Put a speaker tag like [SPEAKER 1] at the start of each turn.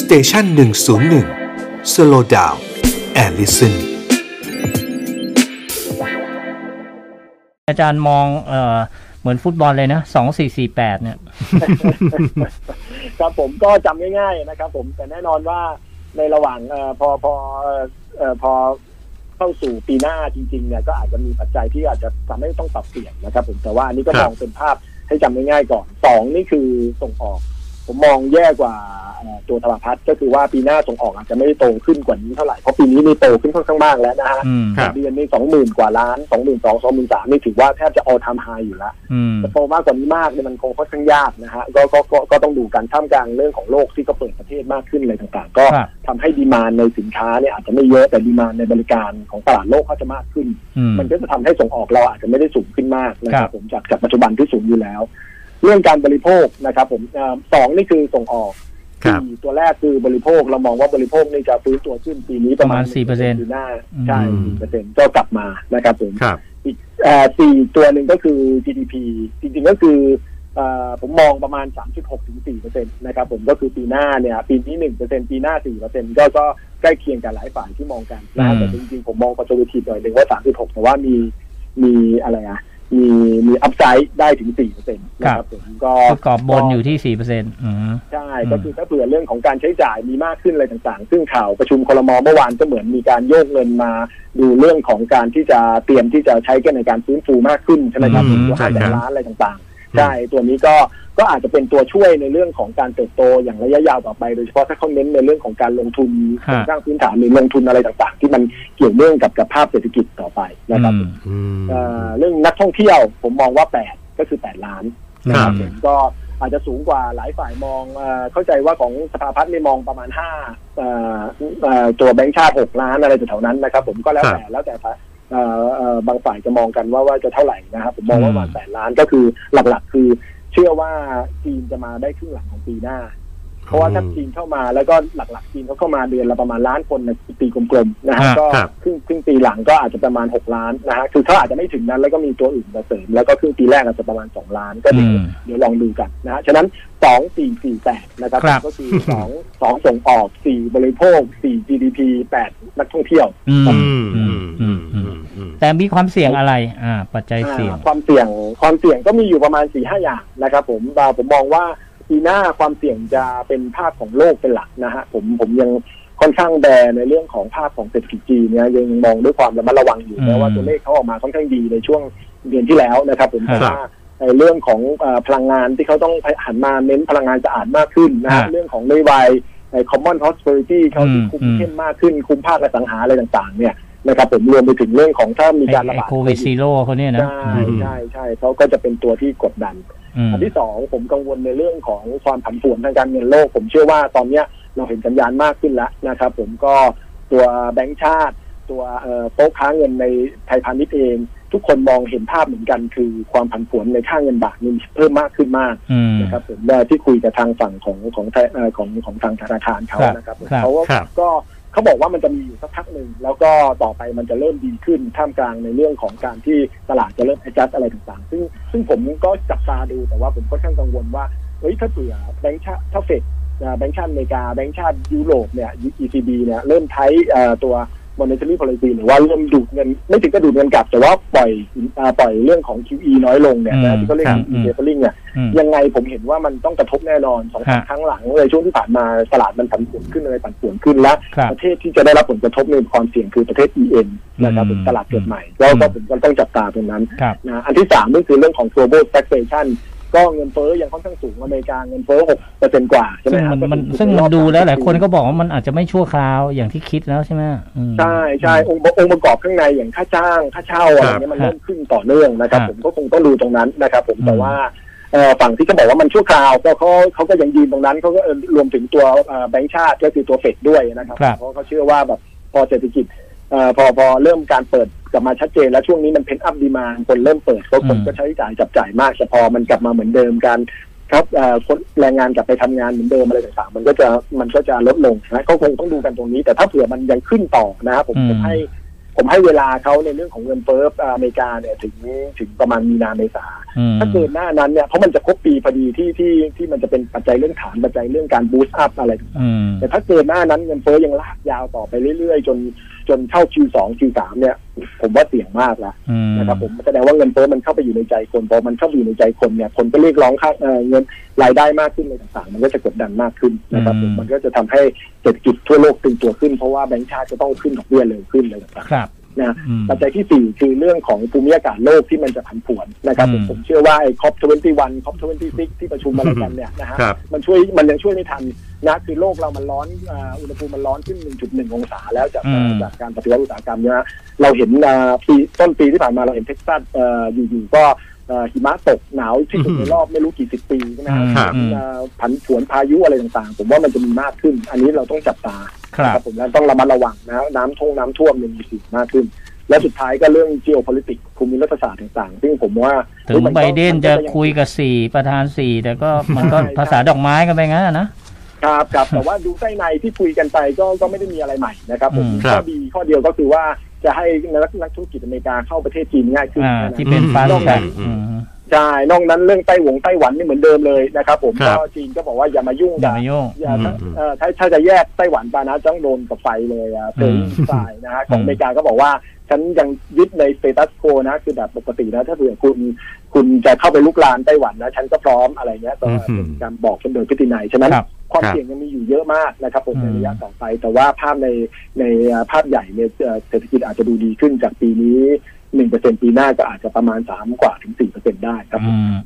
[SPEAKER 1] สเตชันหนึ่งศูนย์หนึ่งสโลดาวแอลลิสัน
[SPEAKER 2] อาจารย์มองเออเหมือนฟุตบอลเลยนะสองสี่สี่แปดเนี่ย
[SPEAKER 3] ครับผมก็จำง่ายๆนะครับ ผมแต่แน่นอนว่าในระหว่างเออพอพอเอ่อเอ่อพอเข้าสู่ปีหน้าจริงๆเนี่ยก็อาจจะมีปัจจัยที่อาจจะทำให้ต้องปรับเปลี่ยนนะครับ ผมแต่ว่าอันนี้ก็
[SPEAKER 4] ครับ
[SPEAKER 3] มองเป็นภาพให้จำง่ายๆก่อนสองนี่คือส่งออก ผมมองแย่กว่าเอ่อตัวธนาพัฒน์ก็คือว่าปีหน้าส่งออกอาจจะไม่ได้โตขึ้นกว่านี้เท่าไหร่เพราะปีนี้มีโตขึ้นค่อนข้างมากแล้วนะฮะ
[SPEAKER 2] อืม
[SPEAKER 4] ครับ
[SPEAKER 3] เดือนนี้สองหมื่นกว่าล้านสองหมื่นสองสองหมื่นสามนี่ถือว่าแทบจะ all time high อยู่แล้ว
[SPEAKER 2] อืม
[SPEAKER 3] จะโตมากกว่านี้มากเนี่ยมันคงค่อนข้างยากนะฮะก็ก็ก็ก็ต้องดูกันท่ามกลางเรื่องของโลกที่ก็เปิดประเทศมากขึ้นอะไรต่างๆ ก็
[SPEAKER 2] ครับ
[SPEAKER 3] ทำให้ดีมานในสินค้าเนี่ยอาจจะไม่เยอะแต่ดีมานในบริการของตลาดโลกก็จะมากขึ้น
[SPEAKER 2] อืม
[SPEAKER 3] มันก็จะทำให้ส่งออกเราอาจจะไม่ได้สูงขึ้นมากนะค
[SPEAKER 2] ครั
[SPEAKER 3] รับบ ผมจากจากปัจจุบันที่สูงอยู่แล้ว เรื่องการบริโภคนะครับผมเอ่อสองนี่คือส่งออก
[SPEAKER 4] ครับ
[SPEAKER 3] สี่ตัวแรกคือบริโภคเรามองว่าบริโภคนี่จะฟื้นตัวขึ้นปีนี้ประ
[SPEAKER 2] ป
[SPEAKER 3] มาณ
[SPEAKER 2] ระมาณ4%
[SPEAKER 3] ปีหน้าใช่
[SPEAKER 4] อืม
[SPEAKER 3] สี่เปอร์เซ็นต์ก็กลับมานะครับผม
[SPEAKER 4] ครับ
[SPEAKER 3] อีกเอ่อสี่ตัวหนึ่งก็คือ GDP จริงๆก็คือเอ่อผมมองประมาณ 3.6ถึง4เปอร์เซ็นต์นะครับผมก็คือปีหน้าเนี่ยปีนี้1เปอร์เซ็นปีหน้า4เปอร์เซ็นก็ก็ใกล้เคียงกันหลายฝ่ายที่มองกันนะฮะ
[SPEAKER 2] อืม
[SPEAKER 3] แต่จริงๆผมมอง conservative หน่อยหนึ่งว่า 3.6 แต่ว่ามีมีอะไรอ่ะมีมีอัพไซด์ได้ถึง4เปอร์เซ็นต์นะครับผมก็
[SPEAKER 2] ประกอบบนอยู่ที่สี่เปอร์เซ็นต์อืม
[SPEAKER 3] ใช่
[SPEAKER 2] อืม
[SPEAKER 3] ก็คือถ้าเผื่อเรื่องของการใช้จ่ายมีมากขึ้นอะไรต่างๆ ซึ่งข่าวประชุมคลมเมื่อวานก็เหมือนมีการโยกเงินมา ดูเรื่องของการที่จะเตรียมที่จะใช้กันในการฟื้นฟูมากขึ้นใช่ไหมครับ
[SPEAKER 4] อืม
[SPEAKER 3] ตัว
[SPEAKER 4] ใช่
[SPEAKER 3] ห้าแส
[SPEAKER 4] ครั
[SPEAKER 3] น
[SPEAKER 4] บ
[SPEAKER 3] ล้านอะไรต่าง
[SPEAKER 4] อืม
[SPEAKER 3] ๆ ใช่ ตัวนี้ก็ก็อาจจะเป็นตัวช่วยในเรื่องของการเติบโตอย่างระยะยาวต่อไป โดยเฉพาะถ้าเขาเน้นในเรื่องของการลงทุน
[SPEAKER 2] ฮะ
[SPEAKER 3] โครงสร้างพื้นฐานหรือลงทุนอะไรต่างๆ ที่มันเกี่ยวเนื่องกับกับภาพเศรษฐกิจต่อไปนะครับ
[SPEAKER 2] อืม
[SPEAKER 4] อืม
[SPEAKER 3] เอ่อเรื่องนักท่องเที่ยวผมมองว่าแปดก็คือแปดล้าน
[SPEAKER 4] ครับ
[SPEAKER 3] ผมก็อาจจะสูงกว่าหลายฝ่ายมองเอ่อเข้าใจว่าของสภาพัฒน์นี่มองประมาณห้าเอ่อเอ่อตัวแบงค์ชาติหกล้านอะไรแถวๆนั้นนะครับ ผมก็แล้วแต่แล้วแต่ฝ่ายเอ่อเอ่อบางฝ่ายจะมองกันว่าว่าจะเท่าไหร่นะครับผมมองว่าประมาณแปดล้านก็คือหลักๆ คือ เชื่อว่าจีนจะมาได้ครึ่งหลังของปีหน้า เพราะว่าถ้าจีนเข้ามาแล้วก็หลักๆจีนเขาเข้ามาเดือนละประมาณล้านคนในปีกลมๆนะฮะ
[SPEAKER 2] อ่า
[SPEAKER 3] ก็
[SPEAKER 4] ครับ
[SPEAKER 3] ครึ่งครึ่งปีหลังก็อาจจะประมาณหกล้านนะฮะคือเขาอาจจะไม่ถึงนั้นแล้วก็มีตัวอื่นมาเสริมแล้วก็ครึ่งปีแรกอาจจะประมาณสองล้านก็
[SPEAKER 2] อื
[SPEAKER 3] เดี๋ยว
[SPEAKER 2] ม
[SPEAKER 3] เดี๋ยวลองดูกันนะฮะ ฉะนั้นสองสี่สี่แปดนะครับ
[SPEAKER 2] ครับ
[SPEAKER 3] ก็คือสองสองส่งออกสี่บริโภคสี่ GDP แปดนักท่องเที่ยว
[SPEAKER 2] อืม
[SPEAKER 4] อืม
[SPEAKER 2] อื
[SPEAKER 4] อื
[SPEAKER 2] ม
[SPEAKER 4] ม
[SPEAKER 2] อื
[SPEAKER 4] อื
[SPEAKER 2] ม
[SPEAKER 4] ม
[SPEAKER 2] อื
[SPEAKER 4] อื
[SPEAKER 2] ม
[SPEAKER 4] มอืม
[SPEAKER 2] แต่มีความเสี่ยงอะไร อ่า ปัจจัยเสี่ยง
[SPEAKER 3] อ่าความเสี่ยง ความเสี่ยงก็มีอยู่ประมาณสี่ห้าอย่างนะครับ ผมอ่าผมมองว่าปีหน้าความเสี่ยงจะเป็นภาพของโลกเป็นหลักนะฮะ ผมผมยังค่อนข้างแบร์ในเรื่องของภาพของเศรษฐกิจจีนเนี่ยยังมองด้วยความระมัดระวังอยู่
[SPEAKER 2] อืม
[SPEAKER 3] แม้ว่าตัวเลขเขาออกมาค่อนข้างดีในช่วงเดือนที่แล้วนะครับ ผมแต่
[SPEAKER 4] ครับ
[SPEAKER 3] ว่าในเรื่องของเอ่อพลังงานที่เขาต้องหันมาเน้นพลังงานสะอาดมากขึ้นนะฮะ
[SPEAKER 2] ฮะ
[SPEAKER 3] เรื่องของนโยบาย ไอ้ common prosperity เขาที่คุม
[SPEAKER 2] อืม
[SPEAKER 3] เข้มมากขึ้น คุมภาคอสังหาอะไรต่างๆ เนี่ยนะครับผมรวมไปถึงเรื่องของถ้ามี
[SPEAKER 2] ไอ้
[SPEAKER 3] การระ
[SPEAKER 2] ไอ้
[SPEAKER 3] บาด
[SPEAKER 2] โควิดซีโร่เขาเนี่ยนะ
[SPEAKER 3] ใช่ใช่ใช่เขาก็จะเป็นตัวที่กดดัน
[SPEAKER 2] อืม
[SPEAKER 3] อันที่สองผมกังวลในเรื่องของความผันผวนทางการเงินโลก ผมเชื่อว่าตอนเนี้ยเราเห็นสัญญาณมากขึ้นแล้วนะครับ ผมก็ตัวแบงก์ชาติ ตัวเอ่อโต๊ะค้าเงินในไทยพาณิชย์เอง ทุกคนมองเห็นภาพเหมือนกัน คือความผันผวนในค่าเงินบาทนี่เพิ่มมากขึ้นมาก
[SPEAKER 2] อืม
[SPEAKER 3] นะครับผมได้ที่คุยกับทางฝั่งของของไทยเอ่อของของทางธนาคารเขา
[SPEAKER 2] ครับ
[SPEAKER 3] นะครับผม
[SPEAKER 2] ครับ
[SPEAKER 3] เขา
[SPEAKER 4] ครับ
[SPEAKER 3] ก็เขาบอกว่ามันจะมีอยู่สักพักหนึ่ง แล้วก็ต่อไปมันจะเริ่มดีขึ้นท่ามกลางในเรื่องของการที่ตลาดจะเริ่ม adjust อะไรต่างๆ ซึ่งซึ่งผมก็จับตาดูแต่ว่าผมค่อนข้างกังวลว่าเฮ้ยถ้าเผื่อแบงค์ชาติถ้าเฟดนะแบงค์ชาติอเมริกา แบงค์ชาติยุโรปเนี่ย ECB เนี่ยเริ่มใช้เอ่อตัว monetary policy หรือว่าเริ่มดูดเงินไม่ถึงกับดูดเงินกลับแต่ว่าปล่อยเอ่อปล่อยเรื่องของ QE น้อยลงเนี่ยนะที่เขาเรียก
[SPEAKER 2] ครับอืม
[SPEAKER 3] tapering เนี่ย
[SPEAKER 2] อืม
[SPEAKER 3] ยังไงผมเห็นว่ามันต้องกระทบแน่นอนสองสาม
[SPEAKER 2] ฮะ
[SPEAKER 3] ครั้งหลังเลยช่วงที่ผ่านมาตลาดมันผันผวนขึ้นอะไรผันผวนขึ้นและ
[SPEAKER 2] ครับ
[SPEAKER 3] ประเทศที่จะได้รับผลกระทบในความเสี่ยงคือประเทศ EM นะครับ
[SPEAKER 2] อืม
[SPEAKER 3] เป็นตลาดเกิดใหม่ แล้วก็ผมก็ต้องจับตาตรงนั้น
[SPEAKER 2] ครับ
[SPEAKER 3] นะอันที่สามก็คือเรื่องของ global taxation ก็เงินเฟ้อยังค่อนข้างสูงอเมริกาเงินเฟ้อหกเปอร์เซ็นต์กว่าใช่ไหม
[SPEAKER 2] ซึ่ง
[SPEAKER 3] ครั
[SPEAKER 2] มั
[SPEAKER 3] บ
[SPEAKER 2] นมัน
[SPEAKER 3] ก็คือ
[SPEAKER 2] ซึ่งมันดูแล้วหลายคน
[SPEAKER 3] รอบสมสิบปี
[SPEAKER 2] ก็บอกว่ามันอาจจะไม่ชั่วคราวอย่างที่คิดแล้วใช่ไหมอืม
[SPEAKER 3] ใช่ใช่องค์ประองค์ประกอบข้างในอย่างค่าจ้างค่าเช่าอะไรเงี้ยมัน
[SPEAKER 2] ครับ
[SPEAKER 3] เริ่มขึ้นต่อเนื่องนะครับ
[SPEAKER 2] ครับ
[SPEAKER 3] ผมก็คงต้องดูตรงนั้นนะครับ ผม
[SPEAKER 2] อืม
[SPEAKER 3] แต่ว่าเอ่อฝั่งที่เขาบอกว่ามันชั่วคราวก็เขาเขาก็ยังยืนตรงนั้นเขาก็เอ่อรวมถึงตัวเอ่อแบงก์ชาติก็คือตัวเฟดด้วยนะครับ
[SPEAKER 2] ครับ
[SPEAKER 3] เพราะเขาเชื่อว่าแบบพอเศรษฐกิจเอ่อพอพอเริ่มการเปิดกลับมาชัดเจน แล้วช่วงนี้มันเพนอัพดีมานคนเริ่มเปิดก็คน
[SPEAKER 2] อืม
[SPEAKER 3] ก็ใช้จ่ายจับจ่ายมากแต่พอมันกลับมาเหมือนเดิมการครับเอ่อคนแรงงานกลับไปทำงานเหมือนเดิมอะไรต่างๆ มันก็จะมันก็จะลดลงนะก็คงต้องดูกันตรงนี้ แต่ถ้าเผื่อมันยังขึ้นต่อนะครับผม
[SPEAKER 2] อืม
[SPEAKER 3] จะให้ ผมให้เวลาเขาในเรื่องของเงินเฟ้ออ่าอเมริกาเนี่ยถึงถึงประมาณมีนาเมษา
[SPEAKER 2] อืม
[SPEAKER 3] ถ้าเกิดหน้านั้นเนี่ยเพราะมันจะครบปีพอดีที่ที่ที่มันจะเป็นปัจจัยเรื่องฐานปัจจัยเรื่องการบูสต์อัพอะไร
[SPEAKER 2] อืม
[SPEAKER 3] แต่ถ้าเกิดหน้านั้นเงินเฟ้อยังลากยาวต่อไปเรื่อยๆ จนจนเข้า Q2 Q3 เนี่ย ผมว่าเสี่ยงมากแล้ว
[SPEAKER 2] อืม
[SPEAKER 3] นะครับผมแสดงว่าเงินเฟ้อมันเข้าไปอยู่ในใจคนพอมันเข้าไปอยู่ในใจคนเนี่ยคนก็เรียกร้องค่าเอ่อเงินรายได้มากขึ้นอะไรต่างๆ มันก็จะกดดันมากขึ้นนะครับผมมันก็จะทำให้เศรษฐกิจทั่วโลกตึงตัวขึ้นเพราะว่าแบงก์ชาติจะต้องขึ้นดอกเบี้ยเร็วขึ้นอะไรต่าง
[SPEAKER 2] ครับ
[SPEAKER 3] ๆนะ
[SPEAKER 2] อืม
[SPEAKER 3] ปัจจัยที่สี่คือเรื่องของภูมิอากาศโลกที่มันจะผันผวนนะครับผม
[SPEAKER 2] อืม
[SPEAKER 3] ผมเชื่อว่าไอ้คอปทเวนตี้วันคอปทเวนตี้ซิกที่ประชุมอะไรกันเนี่ยนะฮะ
[SPEAKER 4] ครับ
[SPEAKER 3] มันช่วยมันยังช่วยไม่ทันนะคือโลกเรามันร้อนอ่าอุณหภูมิมันร้อนขึ้น 1.1 องศาแล้วจาก
[SPEAKER 2] อืม
[SPEAKER 3] จากการปฏิวัติอุตสาหกรรมเนยนะเราเห็นอ่าปีต้นปีที่ผ่านมาเราเห็นเท็กซัสเอ่ออยู่ๆก็เอ่อหิมะตกหนาวที่สุดในรอบไม่รู้กี่สิบปีใช่ไหมฮะ
[SPEAKER 4] ครับ
[SPEAKER 2] อืม
[SPEAKER 3] เอ่อผันผวนพายุอะไรต่างๆ ผมว่ามันจะมีมากขึ้น อันนี้เราต้องจับตา
[SPEAKER 2] ครับ
[SPEAKER 3] ผมแล้วต้องระมัดระวังนะน้ำท่วงน้ำท่วมเนี่ยมีสิ่งมากขึ้น และสุดท้ายก็เรื่อง geopolitics ภูมิรัฐศาสตร์ต่างๆ ซึ่งผมว่า
[SPEAKER 2] ถึง
[SPEAKER 3] มัก็
[SPEAKER 2] ไบเดนจะ
[SPEAKER 3] มัก็ยัง
[SPEAKER 2] คุยกับสี่ประธานสี่แต่ก็มันก็ภาษาดอกไม้กันไปงั้นอะนะ
[SPEAKER 3] ครับครับแต่ว่าดูใกล้ในที่คุยกันไปก็ก็ไม่ได้มีอะไรใหม่นะครับผม
[SPEAKER 2] อืม
[SPEAKER 4] ครั
[SPEAKER 3] ข้อบ ดีข้อเดียวก็คือว่าจะให้นักนักธุรกิจอเมริกาเข้าประเทศจีนง่ายขึ้น
[SPEAKER 2] อ่า
[SPEAKER 3] แค่นั้น
[SPEAKER 2] ที่เป็น
[SPEAKER 4] อืม
[SPEAKER 2] ฟาสแท็ก
[SPEAKER 4] อืม
[SPEAKER 3] ใช่นอกนั้นเรื่องไต้หวงไต้หวันนี่เหมือนเดิมเลยนะครับผม
[SPEAKER 4] ครับ
[SPEAKER 3] ก็จีนก็บอกว่าอย่ามายุ่ง
[SPEAKER 2] อย่า
[SPEAKER 3] กับ
[SPEAKER 2] มายุ่ง
[SPEAKER 3] อย่าถ้า
[SPEAKER 4] อืม
[SPEAKER 3] เอ่อถ้าถ้าจะแยกไต้หวันไปนะต้องโดนกับไฟเลยอะ
[SPEAKER 2] อื
[SPEAKER 3] เฟย
[SPEAKER 2] ม
[SPEAKER 3] ไฟนะฮะของ
[SPEAKER 2] อืม
[SPEAKER 3] อเมริกาก็บอกว่า ฉันยังยึดในสเตตัสโคนะ คือแบบปกตินะ ถ้าเผื่อคุณคุณจะเข้าไปลุกลานไต้หวันนะ ฉันก็พร้อมอะไรเงี้ยต่อ
[SPEAKER 4] อืม
[SPEAKER 3] การบอกกันโดยพิธีนัยฉะนั้น
[SPEAKER 2] ครับ
[SPEAKER 3] ความ
[SPEAKER 4] ครับ
[SPEAKER 3] เสี่ยงยังมีอยู่เยอะมากนะครับผม
[SPEAKER 2] อื
[SPEAKER 3] ใน
[SPEAKER 2] ม
[SPEAKER 3] ระยะต่อไป แต่ว่าภาพในในภาพใหญ่เนี่ยเอ่อเศรษฐกิจอาจจะดูดีขึ้นจากปีนี้หนึ่งเปอร์เซ็นปีหน้าก็อาจจะประมาณสามกว่าถึงสี่เปอร์เซ็นได้ครับผม
[SPEAKER 2] อืม